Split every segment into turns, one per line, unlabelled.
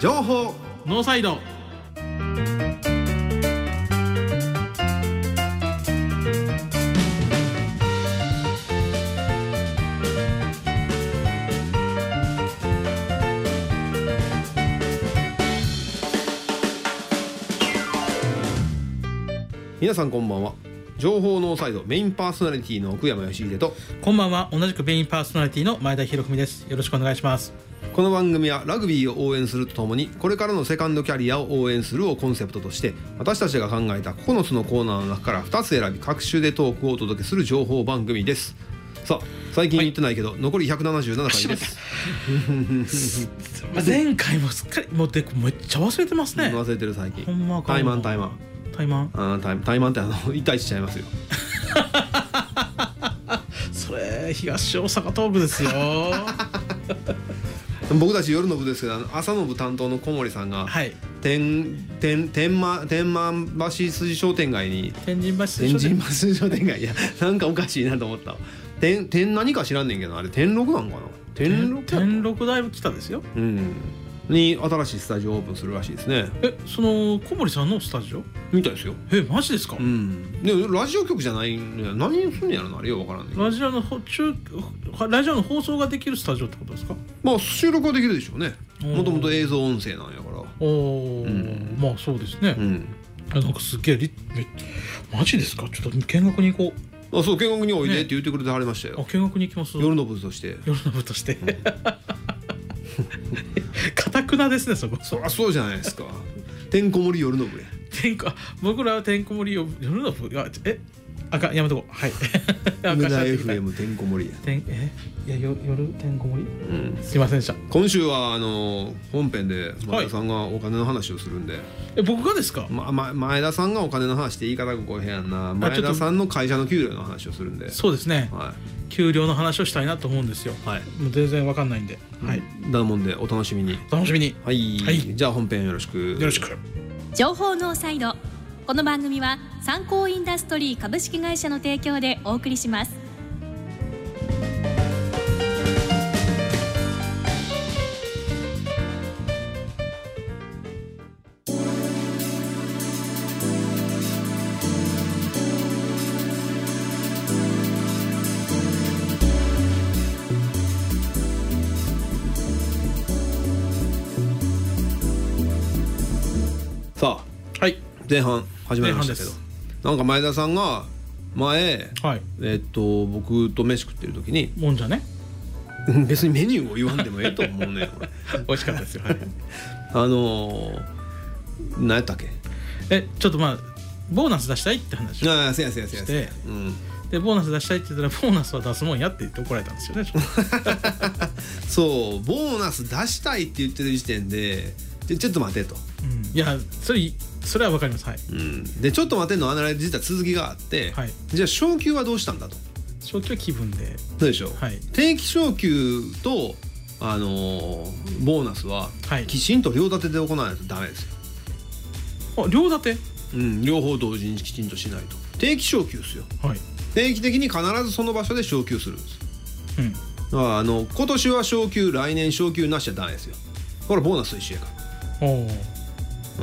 情報
ノーサイド
皆さんこんばんは情報ノーサイドメインパーソナリティの奥山義秀と
こんばんは同じくメインパーソナリティの前田博文ですよろしくお願いします
この番組はラグビーを応援するとともにこれからのセカンドキャリアを応援するをコンセプトとして私たちが考えた9つのコーナーの中から2つ選び各種でトークをお届けする情報番組ですさあ最近言ってないけど、残り177回です
前回もすっかりもうでめっちゃ忘れてますね
忘れてる最近
ほんまか
タイマンタイマン
タイマン
あータイタイマンってあの1対1ちゃいますよ
それ東大阪東部 ですよ
僕たち夜の部ですけどあの朝の部担当の小森さんが
はい
天天天満天満橋筋商店街に
天神橋
天
水
神
商
橋筋商店街いやなんかおかしいなと思った天天何か知らんねんけどあれ天禄なんかな天
店
禄
天禄大ぶ来たですよ
うんに新しいスタジオオープンするらしいですね
えその小森さんのスタジオ
みたいですよ
えマジですか、
うんでもラジオ局じゃないんや何すんねやろなあれようわからんねんけど
ラジオのほ中ラジオの放送ができるスタジオってことですか
まあ収録はできるでしょうね
うん
もともと映像音声なんやから
おお、
ん
まあそうですね、
うん
あなんかすっげえリめマジですかちょっと見学に行こ
あそう見学においでって言ってくれてはりましたよ、
うあ見学に行きます
夜の部として
夜の部として かたくなですねそこ
そりゃそうじゃないです かてんこ盛り夜の部や
てんこ僕らはてんこ盛りを夜の部がえあかんやめとこうはいあ
無
か
駄
んしゃべってきた
FM てんこ盛りや、
てんえいやよ夜てんこ盛り
うん、
すいませんでした
今週はあの本編で前田さんがお金の話をするんで、
え僕がですか
まま、前田さんがお金の話って言い方がこう変やんな
あちょ
前
っと
田さんの会社の給料の話をするんで
そうですね
は
給料の話をしたいなと思うんですよ
い、はい
もう全然わかんないんで、はい
だもんでお楽しみに
楽しみに
はい、
はい
じゃあ本編よろしく
よろしく
情報ノーサイドこの番組は参考インダストリー株式会社の提供でお送りします
さあ
はい
前半始まりましたけど
前半
なんか前田さんが前
はい
えっと僕と飯食ってる時に
もんじゃね
うん別にメニューを言わんでもええと思うね俺
美味しかったですよ、はい、
あのー、何やったっけ
えちょっとまあボーナス出したいって話
ああせやせやせやせや
して
うん
でボーナス出したいって言ったらボーナスは出すもんやって言って怒られたんですよねちょっと
そうボーナス出したいって言ってる時点ででちょっと待てと、
うんいやそれそれはわかりますはい
うん、でちょっと待てのアナライズ実は続きがあって、
はい
じゃあ昇給はどうしたんだと
消去気分で
そうでしょう、
はい
定期昇給とあのーボーナスは
はい
きちんと両立てで行わないとダメですよ、
あ両立て
うん、両方同時にきちんとしないと定期昇給ですよ
はい
定期的に必ずその場所で昇給するんですよ
うん
だからあの今年は昇給来年昇給なしじゃダメですよこれボーナスと一緒やから
ほう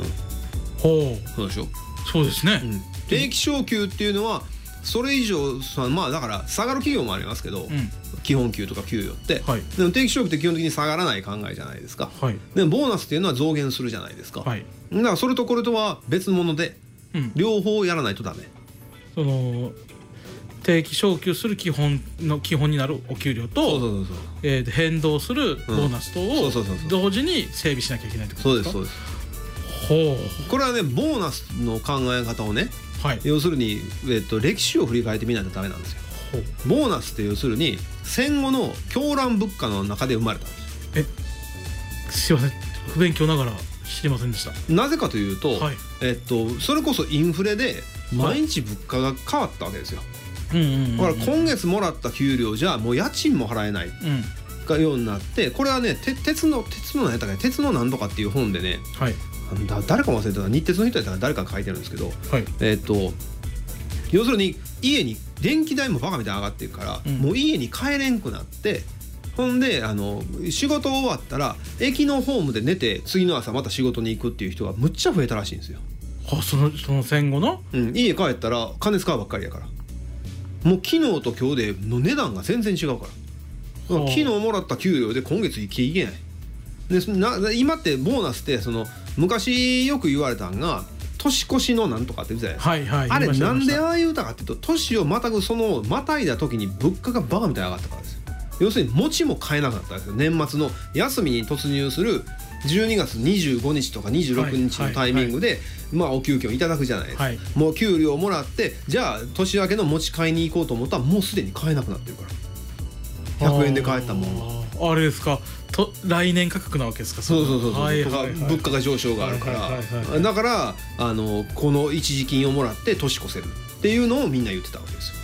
ほう
そうでしょ、
そうですね、
うん、定期昇給っていうのはそれ以上さまあだから下がる企業もありますけど、
ん
基本給とか給与って、
はい
でも定期昇給って基本的に下がらない考えじゃないですか、
はい
でもボーナスっていうのは増減するじゃないですか、
はい
だからそれとこれとは別物で
うん
両方やらないとダメ
その定期昇給する基本の基本になるお給料と
そうそう
えー変動するボーナス等
う
を
んそうそうそうそう
同時に整備しなきゃいけないってこ
そ
と
うですす
でか
そうです
ほ
これはねボーナスの考え方をね
うはい
要するに、えっと、歴史を振り返ってみないとダメなんですよ
ほう
ボーナスって要するに戦後の狂乱物価の中で生まれたんです
すいません不勉強ながら知りませんでした
なぜかというと、
はい
えっと、それこそインフレで毎日物価が変わったわけですよ
うんうんうんうん
だから今月もらった給料じゃもう家賃も払えない
うん
がようになってこれはねて鉄の鉄の何やったかね鉄のなんとかっていう本でね
はい
あのだ誰か忘れてた日鉄の人やったから誰かが書いてるんですけど
はい
えっと要するに家に電気代もバカみたいに上がってるから、
うん
もう家に帰れんくなってほんであの仕事終わったら駅のホームで寝て次の朝また仕事に行くっていう人がむっちゃ増えたらしいんですよ、
あそのその戦後の
うん、家帰ったら金使うばっかりやからもう昨日と今日での値段が全然違うからだから
はあ
昨日もらった給料で今月生きていけないでそな今ってボーナスってその昔よく言われたんが年越しのなんとかって言ってたやん
はいはい
あれ
言いました
なんで
言いまし
ああいう歌かっていうと年をまたぐそのまたいだ時に物価がバカみたいに上がったからですよ要するに餅も買えなかったんですよ年末の休みに突入する12月25日とか26日のタイミングで、まあお給料いただくじゃないですか、
はい
もう給料もらってじゃあ年明けの餅買いに行こうと思ったらもうすでに買えなくなってるから100円で買えたもんは
あーあれですかと来年価格なわけですか
そうそうそうそう、
はい
とか
はいはい
物価が上昇があるから、
はいはいはいは
だからあのこの一時金をもらって年越せるっていうのをみんな言ってたわけですよ。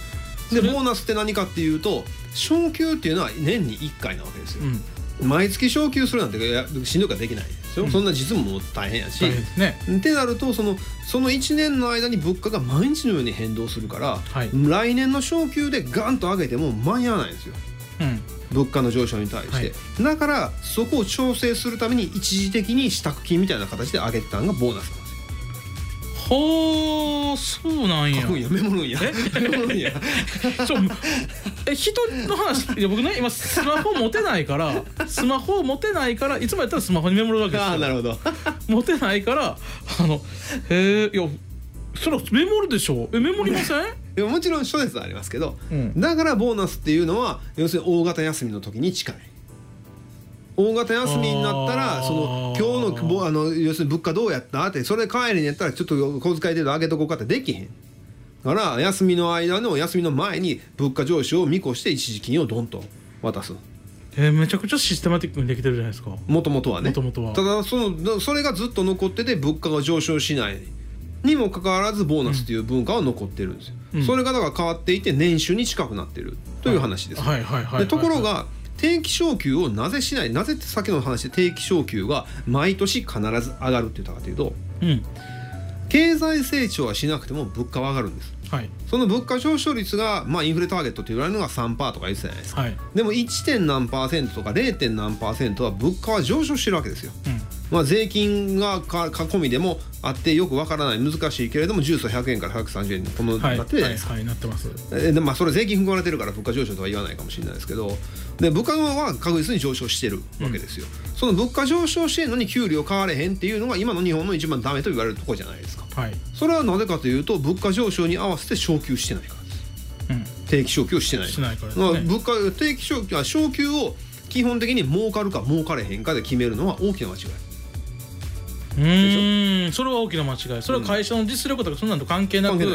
そ
で
れ
ボーナスって何かっていうと昇給っていうのは年に1回なわけですよ
う。ん
毎月昇給するなんてやしんどいからできないですよ、
うん
そんな実務も大変やし。
大変ですね
ってなるとそのその1年の間に物価が毎日のように変動するから、
はい
来年の昇給でガンと上げても間に合わないんですよ。
うん
物価の上昇に対して、
はい
だからそこを調整するために一時的に支度金みたいな形で上げてたのがボーナスなんですよ
はあそうなん
書
や
くんやメモるんやメモるんや
ちょえ人の話いや僕ね今スマホ持てないからスマホ持てないからいつもやったらスマホにメモるわけです
ああなるほ
よ
ど
持てないからあのへえいやそれはメモるでしょえメモりません
でももちろん諸説はありますけど、
うん
だからボーナスっていうのは要するに大型休みの時に近い大型休みになった
あ
ら
ー
その今日のぼあの要するに物価どうやったってそれ帰りにやったらちょっと小遣い程度上げとこうかってできへんだから休みの間の休みの前に物価上昇を見越して一時金をドンと渡す
えめちゃくちゃシステマティックにできてるじゃないですか
もともとはね
元々は
ただそのそれがずっと残ってて物価が上昇しないにもかかわらずボーナスという文化は残ってるんですよ、
うん
それがだから変わっていて年収に近くなってるという話です、
はいはいはいはい
でところが定期昇給をなぜしないなぜって先の話で定期昇給が毎年必ず上がるって言ったかというと
うん
経済成長はしなくても物価は上がるんです
はい
その物価上昇率が、まあ、インフレターゲットと言われるのが3%とか言ってたじゃないですか
はい
でも 1. 点何パーセントとか 0. 点何パーセントは物価は上昇してるわけですよ
うん
まあ、税金がかか込みでもあってよくわからない難しいけれどもジュースは100円から130円にこの
は
ないってるじゃないですか。
はいはいなってます
えーでまあ、それ税金含まれてるから物価上昇とは言わないかもしれないですけどで物価は確実に上昇してるわけですよ、その物価上昇してんのに給料変われへんっていうのが今の日本の一番ダメと言われるとこじゃないですか
はい
それはなぜかというと物価上昇に合わせて昇給してないからです
うん
定期昇給をしてない
しないからです
まあ
ね
物価定期昇給は昇給を基本的に儲かるか儲かれへんかで決めるのは大きな間違いう
ーんそれは大きな間違いそれは会社の実力とかそんなのと関係な
関係な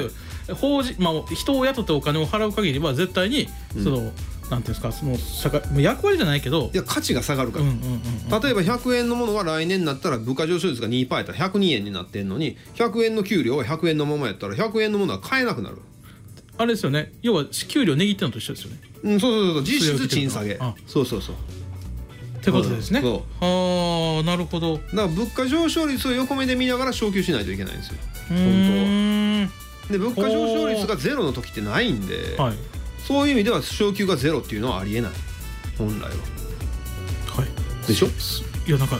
く、法人まあ、人を雇ってお金を払う限りは絶対にその、なんていうんですかその社会もう役割じゃないけど
いや価値が下がるか
うん
ら
うんうんうん
例えば100円のものが来年になったら物価上昇率が2%やったら102円になってんのに100円の給料は100円のままやったら100円のものは買えなくなる、
あれですよね要は給料値切ってのと一緒ですよね
うん、そうそうそうそう実質賃下
そ
げ
れを受けてるのあ
そうそうそう
ってことですね
そう
はあなるほど
だから物価上昇率を横目で見ながら昇給しないといけないんですよ
う
本
ーん
当はで物価上昇率がゼロの時ってないんで、
はい
そういう意味では昇給がゼロっていうのはありえない本来は
はい
でしょ
いやなんか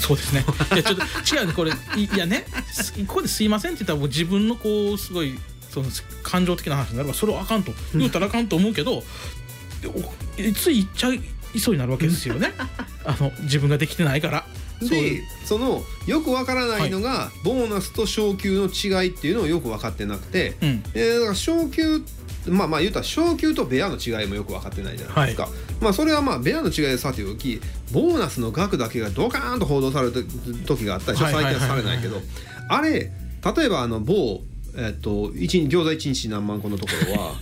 そうで すねいやちょっと違うねこれいいやねすここですいませんって言ったらもう自分のこうすごいその感情的な話になればそれをあかんと言うたらあかんと思うけどでおいつい言っちゃいそうになるわけですよ ねあの自分ができてないからそうい
で
う
そのよくわからないのが、ボーナスと昇給の違いっていうのをよく分かってなくて、
うん
えー、だから昇給まあまあ言うたら昇給とベアの違いもよく分かってないじゃないですか、まあそれはまあベアの違いでさておきボーナスの額だけがドカーンと報道される時があったでしょ
はい
最
はい
近
はい
はされないけどあれ例えばあの某えっと一日餃子一日何万個のところ は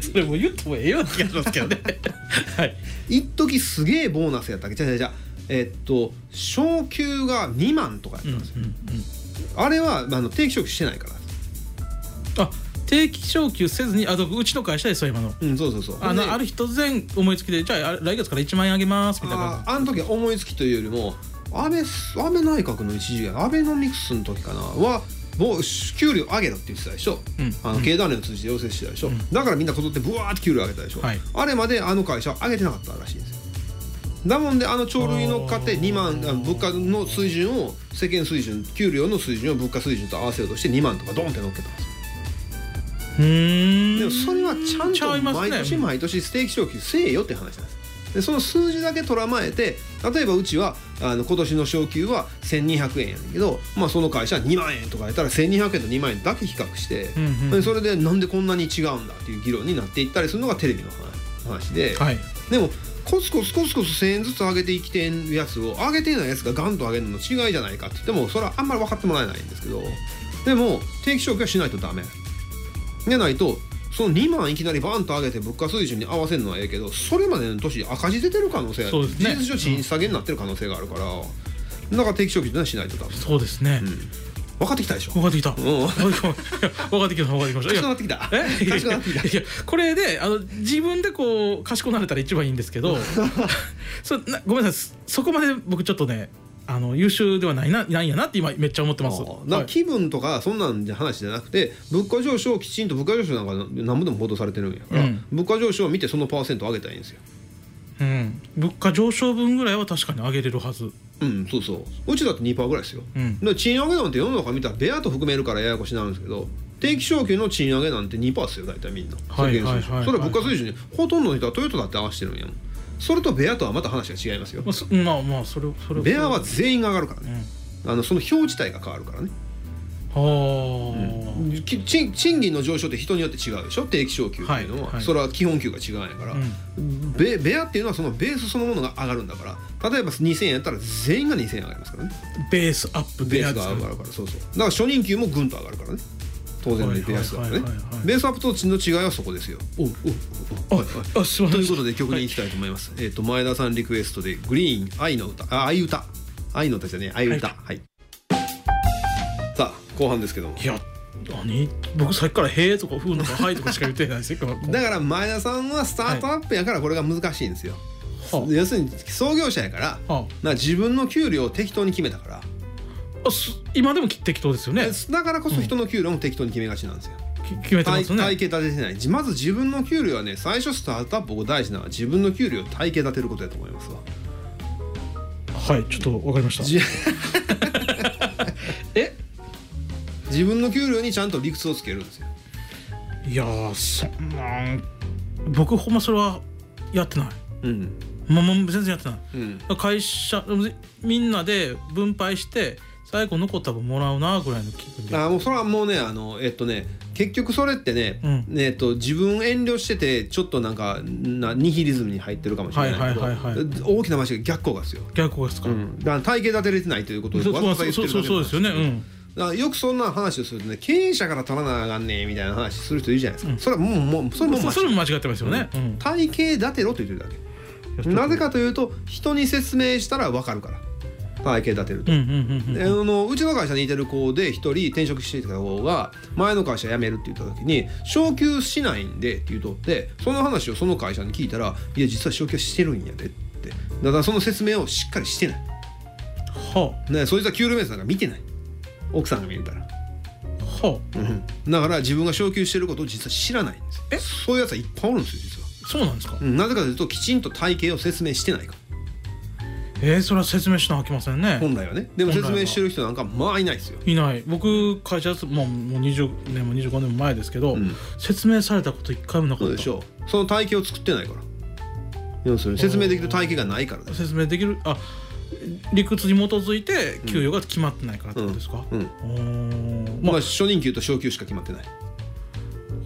それもう言ってもええような気がしますけどね はい
一時すげえボーナスやったっけじゃあじゃあじゃあえっと昇給が2万とかやった
うんうんん
ですよ、
うん
あれはあの定期昇給してないから
あ定期昇給せずにあうちの会社ですよ今の
うんそうそうそう
あ
ほんで
のある日突然思いつきでじゃああ来月から1万円あげますみたい
あ
な感じ
ーあの時は思いつきというよりも安倍す安倍内閣の一時安倍ノミクスの時かなはもう給料上げろって言ってたでしょ、
うん
あの経団連を通じて要請してたでしょ、だからみんなこぞってブワーって給料上げたでしょ、
はい
あれまであの会社は上げてなかったらしいんですよだもんであの鳥類のって2万あの物価の水準を世間水準給料の水準を物価水準と合わせようとして2万とかドンって乗っけたんですよ
うーん
でもそれはちゃん
ちいま
と
すね
毎年毎年ステーキ昇給せえよって話なんですでその数字だけとらまえて例えばうちはあの今年の昇給は1200円やねんけど、まあ、その会社は2万円とかやったら1200円と2万円だけ比較して、
うんうん
でそれでなんでこんなに違うんだっていう議論になっていったりするのがテレビの話話で、
はい
でもコツコツコツコツ1,000円ずつ上げてきてるやつを上げてないやつがガンと上げるのの違いじゃないかって言ってもそれはあんまり分かってもらえないんですけどでも定期昇給はしないとダメでないとその2万いきなりバンと上げて物価水準に合わせるのはええけどそれまでの年赤字出てる可能性
そうですね
事実上賃下げになってる可能性があるから、だから定期昇給ってのはしないとダメ
そうですね、
分かってきたでしょ
分かってきた、
ん
分かってきた分かってきまし
賢
たいや
くなってきた
えいや
賢くなってきた
いやこれであの自分でこう賢くなれたら一番いいんです けどそなごめんなさいそこまで僕ちょっとねあの優秀ではないなないんやなって今めっちゃ思ってます
ああだから気分とかそんなんじゃ話じゃなくて物価上昇をきちんと物価上昇なんか何もでも報道されてるんやから、
うん
物価上昇を見てそのパーセント上げたらいいんですよ
はいうん、物価上昇分ぐらいは確かに上げれるはず
うんそうそううちだって2%ぐらいですよ、
うん
で賃上げなんて世の中見たらベアと含めるからややこしになるんですけど定期昇給の賃上げなんて2%ですよ大体みんな
はい
世間水準
はいはい
それは物価水準にほとんどの人はトヨタだって合わせてるんやもんそれとベアとはまた話が違いますよ
まあそまあまあそれそれ
ベアは全員が上がるから
うん
ねあのその表自体が変わるからね
はあ、
き賃賃金の上昇って人によって違うでしょ定期昇給っていうのは、
はいはい
それは基本給が違うんやから、ベベアっていうのはそのベースそのものが上がるんだから例えば2000円やったら全員が2000円上がりますからね
ベースアップ
ベ
ベ
ー
ア
ス
です
が
ね
上がるからそうそうだから初任給もぐんと上がるからね当然
は
ね
いはい
ベースアップね
はいはいはい
ベースアップとの違いはそこですよおうおうおうはいはい
ああすいま
とい
せん
うことで曲に行きたいと思います、えっ、と前田さんリクエストで「グリーン愛の歌」あ「愛歌」「愛の歌」じゃねえ「愛歌」
は
はい、さあ後半ですけども
いや何僕さっきから「へえ」とか「ふう」とか「はい」とかしか言ってな いですよ
だから前田さんはスタートアップやからこれが難しいんですよ、
は
要するに創業者やから、
は
な自分の給料を適当に決めたから、
あす今でも適当ですよね
だからこそ人の給料も適当に決めがちなんですよ、
き決めてま
体
す
体
よね
系立ててないじまず自分の給料はね最初スタートアップ僕大事なのは自分の給料を体系立てることだと思いますわ
はいちょっとわかりまし
じ
たえ
自分の給料にちゃんと理屈をつけるんですよ
いやーそんなん僕ほんまそれはやってない
うん
まあまあ全然やってない
うん
会社みんなで分配して最後残った分もらうなぐらいの気分で
あもうそれはもうねあのえっとね結局それってね、
うん
ねえっと、自分遠慮しててちょっとなんかなニヒリズムに入ってるかもしれないけど、
はいはいはいはい
大きな間違い逆効果ですよ、
逆効果ですか、
うん、だから体系立てれてないということを
そう
わざわざ言って
そ
るだ
う
け
そ
な
うんそうですよねうん
だからよくそんな話をするとね経営者から取らなあかんねえみたいな話する人いるじゃないですか、それはもうもうそれもう
そ
間
それ
違
も間違ってますよね、うん
い体系立てろと言ってるだけなぜかというと人に説明したら分かるから体系立てると
うんうんうん
であのうちの会社にいてる子で一人転職してきた子が前の会社辞めるって言った時に昇給しないんでって言うとってその話をその会社に聞いたらいや実は昇給してるんやでってだからその説明をしっかりしてない、
は
ね、そいつは給料明細なんか見てない奥さんが見るから、
あはあ
うん、だから自分が昇給してることを実は知らないんです
え
そういうやつはいっぱいおるんですよ実は、
そうなんですか、
うん、なぜかというときちんと体系を説明してないから
えー、それは説明しなあきませんね
本来はねでも
本
説
来は
明してる人なんかまあいないですよ
いない僕会社ですもうもう20年も25年も前ですけど、
ん
説明されたこと一回もなか
そ
っ
う
た
でしょうその体系を作ってないから要するに説明できる体系がないからだよ
説明できるあ理屈に基づいて給与が決まってないからってことですか、
うんうん
おー
ま
ま
あ
あ、
初任給と昇給しか決まってない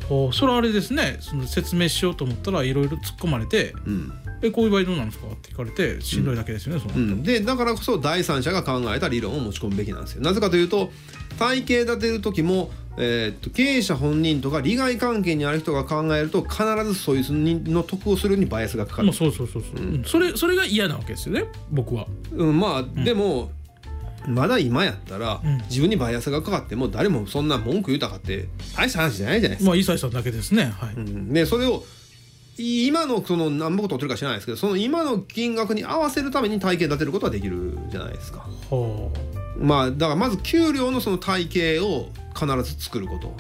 ほうそれはあれですねその説明しようと思ったらいろいろ突っ込まれて
うん、
「えこういう場合どうなんですか?」って聞かれてしんどいだけですよね、その
うん、でだからこそ第三者が考えた理論を持ち込むべきなんですよなぜかというと体系立てる時も、えーっと経営者本人とか利害関係にある人が考えると必ずそいつにの得をするにバイアスがかかる
まあ、、そうそうそうそう、うんそれそれが嫌なわけですよね僕は
うん、まあでも、まだ今やったら、
うん
自分にバイアスがかかっても誰もそんな文句言うたかって大した話じゃないじゃないですか
まあ伊西さんだけですねはい、
うんでそれをい今のその何ぼこと取ってるか知らないですけどその今の金額に合わせるために体系立てることはできるじゃないですか
は
まあだからまず給料のその体系を必ず作ること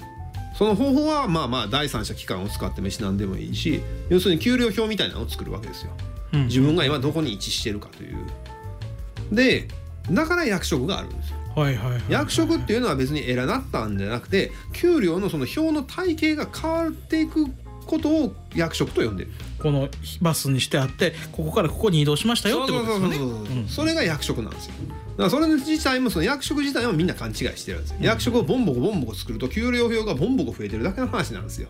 その方法はまあまあ第三者機関を使って飯なんでもいいし要するに給料表みたいなのを作るわけですよ
うん
自分が今どこに位置してるかというでだから役職があるんですよ
はいはいはい
役職っていうのは別に偉なったんじゃなくて給料のその表の体系が変わっていくことを役職と呼んでる
このバスにしてあってここからここに移動しましたよってことですよね
そうそうそうそう
うん
それが役職なんですよだからそれ自体もその役職自体もみんな勘違いしてるんですよ役職をボンボコボンボコ作ると給料表がボンボコ増えてるだけの話なんですよ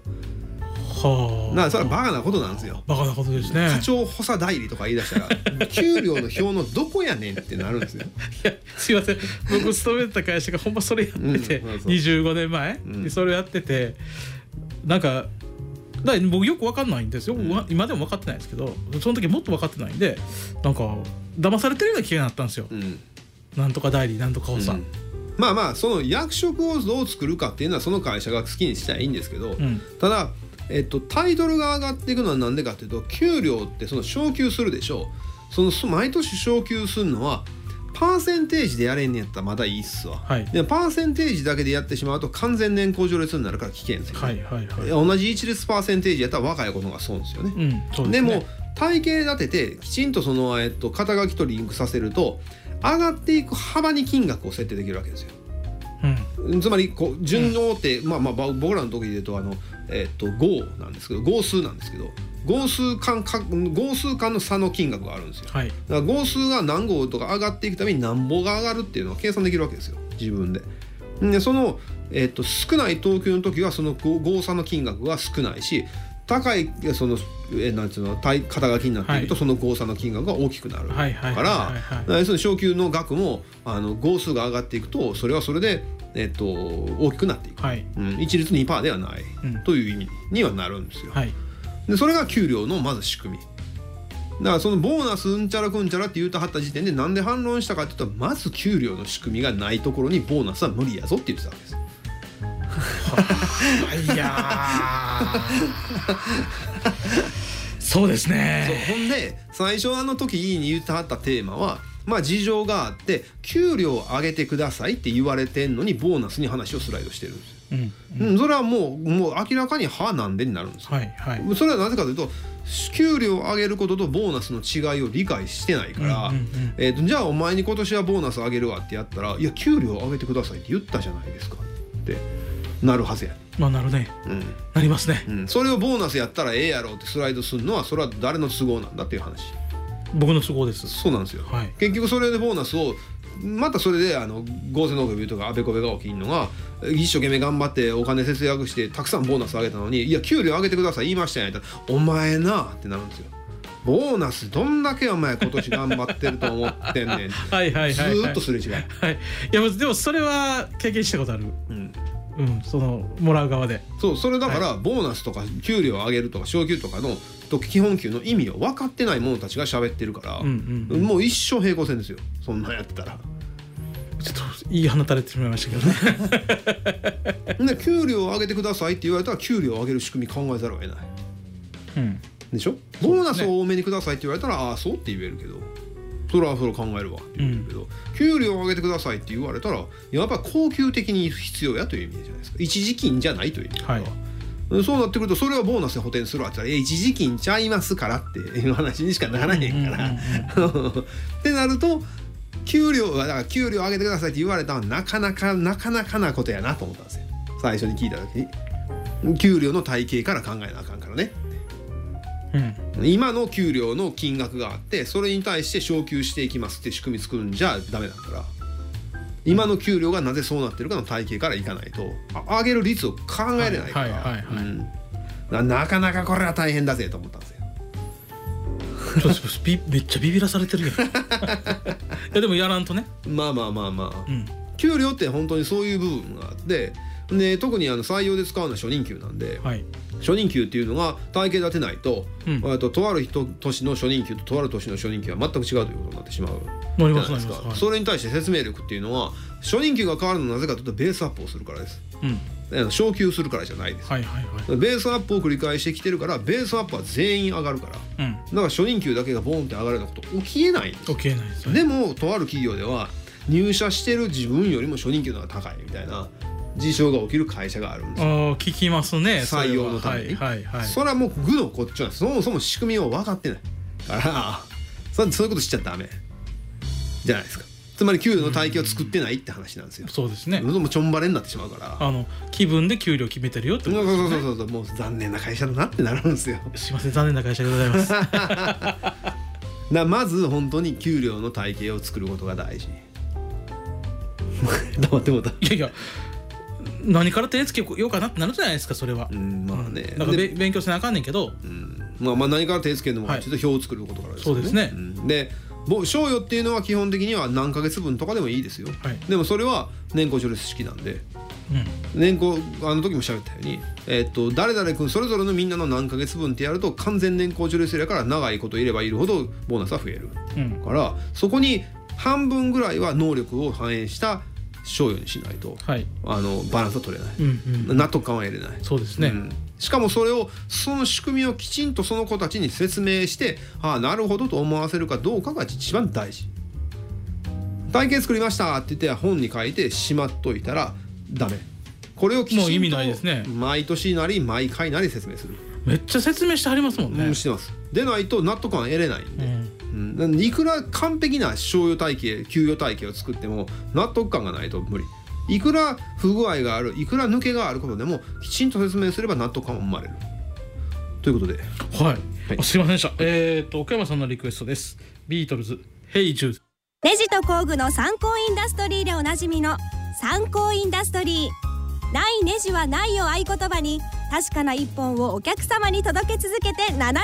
はあ
だからそれはバカなことなんですよ
バカなことですね
課長補佐代理とか言い出した ら給料の表のどこやねんってなるんですよ
いやすいません僕勤めてた会社がほんまそれやってて、
うんそうそう
25年前、
うん
でそれやっててなんかだから僕よく分かんないんですよ、
ん
わ今でも分かってないですけどその時もっと分かってないんでなんか騙されてるような気がなったんですよ、
うん
なんとか代理なんとかをさ、
うんまあまあその役職をどう作るかっていうのはその会社が好きにしたらいいんですけど、
うん
ただ、えっと、タイトルが上がっていくのはなんでかっていうと給料ってその昇給するでしょうそのそ毎年昇給するのはパーセンテージでやれんねやったらまだいいっすわ、
はい
でパーセンテージだけでやってしまうと完全年功序列になるから危険ですよ、
はいはいはい
同じ一列パーセンテージやったら若い子の方が損ですよね、
うんそう
です
ね
も体系立ててきちんとその、えっと、肩書きとリンクさせると上がっていく幅に金額を設定できるわけですよ。
うん
つまりこう順応って、まあまあば僕らの時で言うとあの、えっと5なんですけど合数なんですけど合数間か合数間の差の金額があるんですよ。
はい
だから合数が何号とか上がっていくために何棒が上がるっていうのを計算できるわけですよ自分で。でその、えっと少ない投球の時はその合合差の金額が少ないし高いそのえなんていうの対肩書きになっていくと
は
その合差の金額が大きくなる。
はいはい
か
はい
ら
はいはい
だから要するに昇給の額もあの号数が上がっていくとそれはそれで、えっと大きくなっていく、
はい
うん、一律2%ではない、
うん
という意味にはなるんですよ。
はい
でそれが給料のまず仕組みだからそのボーナスうんちゃらくんちゃらって言うたはった時点でなんで反論したかって言ったらまず給料の仕組みがないところにボーナスは無理やぞって言ってたわけです
いやー そうですね
そうほんで最初あの時に言ってはったテーマはまあ事情があって給料を上げてくださいって言われてんのにボーナスに話をスライドしてるんですよ、
うん
うん、それはもうもう明らかに「は」なんでになるんですよ
はいはい
それはなぜかというと給料を上げることとボーナスの違いを理解してないから、
うんうんうん
えー、とじゃあお前に今年はボーナス上げるわってやったら「いや給料上げてください」って言ったじゃないですかってなるはずや、
まあなるね
うん
なりますね
うん、それをボーナスやったらええやろってスライドするのはそれは誰の都合なんだっていう話
僕の都合です
そうなんですよ、
はい
結局それでボーナスをまたそれであの合成農業ビューとかあべこべが起きんのが一生懸命頑張ってお金節約してたくさんボーナス上げたのに「いや給料上げてください言いましたやん」言ったら「お前な」ってなるんですよ。ボーナスどんだけお前今年頑張ってると思ってんねん
はいはいはい、はい、
ずーっとすれ違う、
はいいやでもそれは経験したことある
うん、
うんそのもらう側で
そうそれだからボーナスとか給料を上げるとか昇給とかのと基本給の意味を分かってない者たちが喋ってるから、
うんうん
もう一生平行線ですよそんなんやってたら。
ちょっと言い放たれてしまいましたけどね
で給料を上げてくださいって言われたら給料を上げる仕組み考えざるを得ない
うん
でしょボーナスを多めにくださいって言われたらああそうって言えるけどそれはそれ考えるわって言えるけど、給料を上げてくださいって言われたらやっぱ高級的に必要やという意味じゃないですか一時金じゃないという意味
はい
うんそうなってくるとそれはボーナスで補填するわって言ったら「いや一時金ちゃいますから」っていう話にしかならへんから。 ってなると給料はだから給料上げてくださいって言われたのはなかなかなかなかなことやなと思ったんですよ最初に聞いた時に給料の体系から考えなあかんからね
うん
今の給料の金額があってそれに対して昇給していきますって仕組み作るんじゃダメだから今の給料がなぜそうなってるかの体系からいかないとあ上げる率を考えれないか
はいはいはい
ら
はい
うんななかなかこれは大変だぜと思ったんですよ。
ちょっとびめっちゃビビらされて るやんいやでもやらんとね
まあまあまあまあ、
うん
給料って本当にそういう部分があってで特にあの採用で使うのは初任給なんで、
はい
初任給っていうのが体系立てないと,、
うん
えっととある人年の初任給ととある年の初任給は全く違うということになってしまうじ
乗
ゃ
り
な
ま
い
す
です
乗り
か、
ます
それに対して説明力っていうのは初任給が変わるのはなぜかというとベースアップをするからです
はい、うん
あの昇給するからじゃないです
はいはいはい
ベースアップを繰り返してきてるからベースアップは全員上がるからだか
うん
ら初任給だけがボーンって上がるようなこと起きえないんです
起きれないですね
でもとある企業では入社してる自分よりも初任給の方が高いみたいな事象が起きる会社があるんです
あ
よ
ー聞きますねそれは
採用のために
はいはいはい
それはもう具のこっちなんですそもそも仕組みを分かってないからそそういうことしちゃダメじゃないですかつまり給与の体系を作ってないって話なんですよ、
そうですね
どんどんちょんばれになってしまうから
あの気分で給料決めてるよって
そう
こと
そう
ですよね
そうそうそうもう残念な会社だなってなるんですよ
すいません残念な会社でございます
だまず本当に給料の体系を作ることが大事 黙ってもうた
いやいや何から手つけようかなってなるじゃないですかそれは、
うんまあね
だから
で
べ勉強せなあかんねんけど
うんまあ、まあ何から手つけるのも
はい
ちょっと表を作ることからですよね。
そうですね
んでぼ賞与っていうのは基本的には何ヶ月分とかでもいいですよ。
はい
でもそれは年功序列式なんで
うん
年功あの時も喋ったように、えっと誰々君それぞれのみんなの何ヶ月分ってやると完全年功序列やから長いこといればいるほどボーナスは増える。
うん
からそこに半分ぐらいは能力を反映した賞与にしないと
はい
あのバランスは取れない、
うんうん
納得感は得れない。
そうですね、
うんしかもそれをその仕組みをきちんとその子たちに説明してああなるほどと思わせるかどうかが一番大事体験作りましたって言って本に書いてしまっといたらダメこれをきちんと
もう意味ないですね
毎年なり毎回なり説明する、
めっちゃ説明してはりますもんね、
うんしてますでないと納得感得れないん
う
で、
ん
うんなんでいくら完璧な賞与体系給与体系を作っても納得感がないと無理いくら不具合があるいくら抜けがあることでもきちんと説明すれば納得感も生まれるということで
はい、
はい
あすいませんでしたえっ、と奥山さんのリクエストですビートルズ「ヘイジューズ
ネジと工具の参考インダストリーでおなじみの参考インダストリーないネジはないを合言葉に確かな一本をお客様に届け続けて70年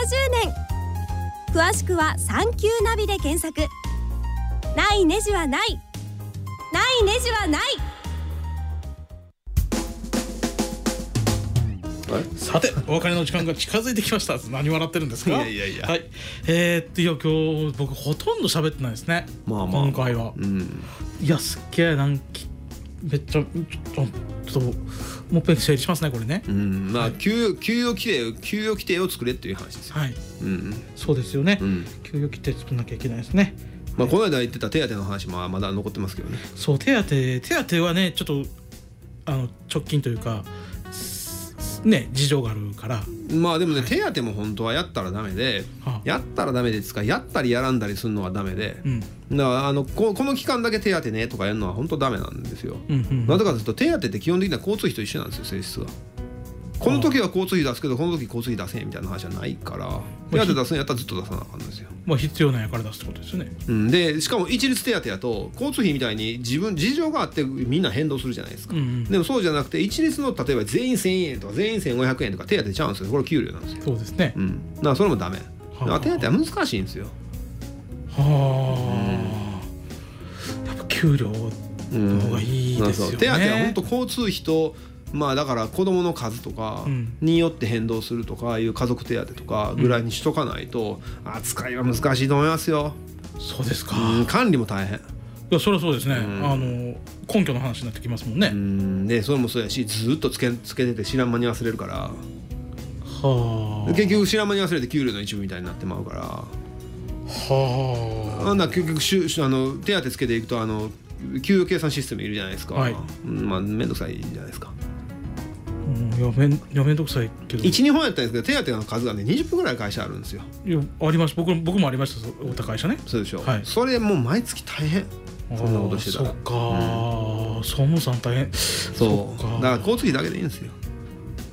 詳しくは「サンキューナビ」で検索ないネジはないないネジはない
さてお別れの時間が近づいてきました何笑ってるんですか
いやいやいや
はいえー、っといや今日僕ほとんど喋ってないですね
まあまあ
今回は
うん
いやすっげえなんかめっちゃちょっとちょっともう一遍整理しますねこれね
うんまあ給与給与規定を給与規定を作れっていう話ですよ、
はい
うん
そうですよね、
うん
給与規定作んなきゃいけないですね
まあ、この間言ってた手当の話もまだ残ってますけどね
そう手当手当はねちょっとあの直近というかすすね事情があるから
まあでもね、手当も本当はやったらダメで、
はあ
やったらダメですかやったりやらんだりするのはダメで、
うん
だからあのここの期間だけ手当ねとかやるのは本当ダメなんですよ。
うんうん
なぜかというと手当って基本的には交通費と一緒なんですよ性質が。この時は交通費出すけどこの時交通費出せんみたいな話はないから手当出すんやったらずっと出さなあかんんですよ。
まあ必要なんやから出すってことですよね
うん、でしかも一律手当やと交通費みたいに自分事情があってみんな変動するじゃないですか。
うんうん
でもそうじゃなくて一律の例えば全員1,000円とか全員1,500円とか手当ちゃうんですよこれ給料なんですよ。
そうですね
うん、だからそれもダメ。だから手当は難しいんですよ。
はあやっぱ給料
うん
の方がいいですよね
そう手当は本当交通費とまあだから子供の数とか
うん
によって変動するとかいう家族手当とかぐらいにしとかないと扱いは難しいと思いますよ。
そうですか、
うん
い
管理も大変。
やそれはそうですね、
ん
あの根拠の話になってきますもんね、
うんでそれもそうやしずっとつけつけてて知らん間に忘れるから
はあ
結局知らん間に忘れて給料の一部みたいになってまうから。
は
あんな結局しゅしゅあの手当つけていくとあの給与計算システムいるじゃないですか、
はい
うんまあ面倒くさいじゃないですか
あ、うん、いやめんいやめんどくさいけど
12本やったんですけど手当の数がね20分ぐらい会社あるんですよ
いやあります僕僕もありましたそうお高い社ね
そうでしょ、
はい
それもう毎月大変そんなことしてた
あ
ら
ーそっかー、総務さん大変
そう
そっか
だから交通費だけでいいんですよ、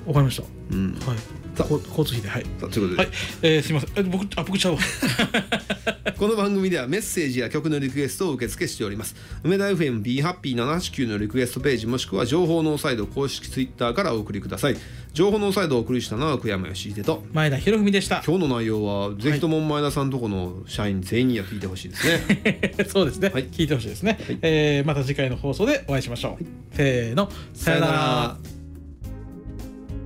わかりました
うん、
はい
さ
こ交通費ではい
さあということで、
はい、えー、すいませんえ僕あ僕ちゃうわ
この番組ではメッセージや曲のリクエストを受け付けしております梅田 FM b ハッピー789のリクエストページもしくは情報ノーサイド公式ツイッターからお送りください情報ノーサイドをお送りしたのは久山義秀と
前田博文でした
今日の内容はぜひとも前田さんとこの社員全員には聞いてほしいですね、
そうですね、
はい
聞いてほしいですね、えーまた次回の放送でお会いしましょう、せーのさよなら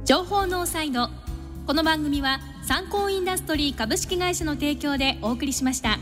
情報ノーサイドこの番組は参考インダストリー株式会社の提供でお送りしました。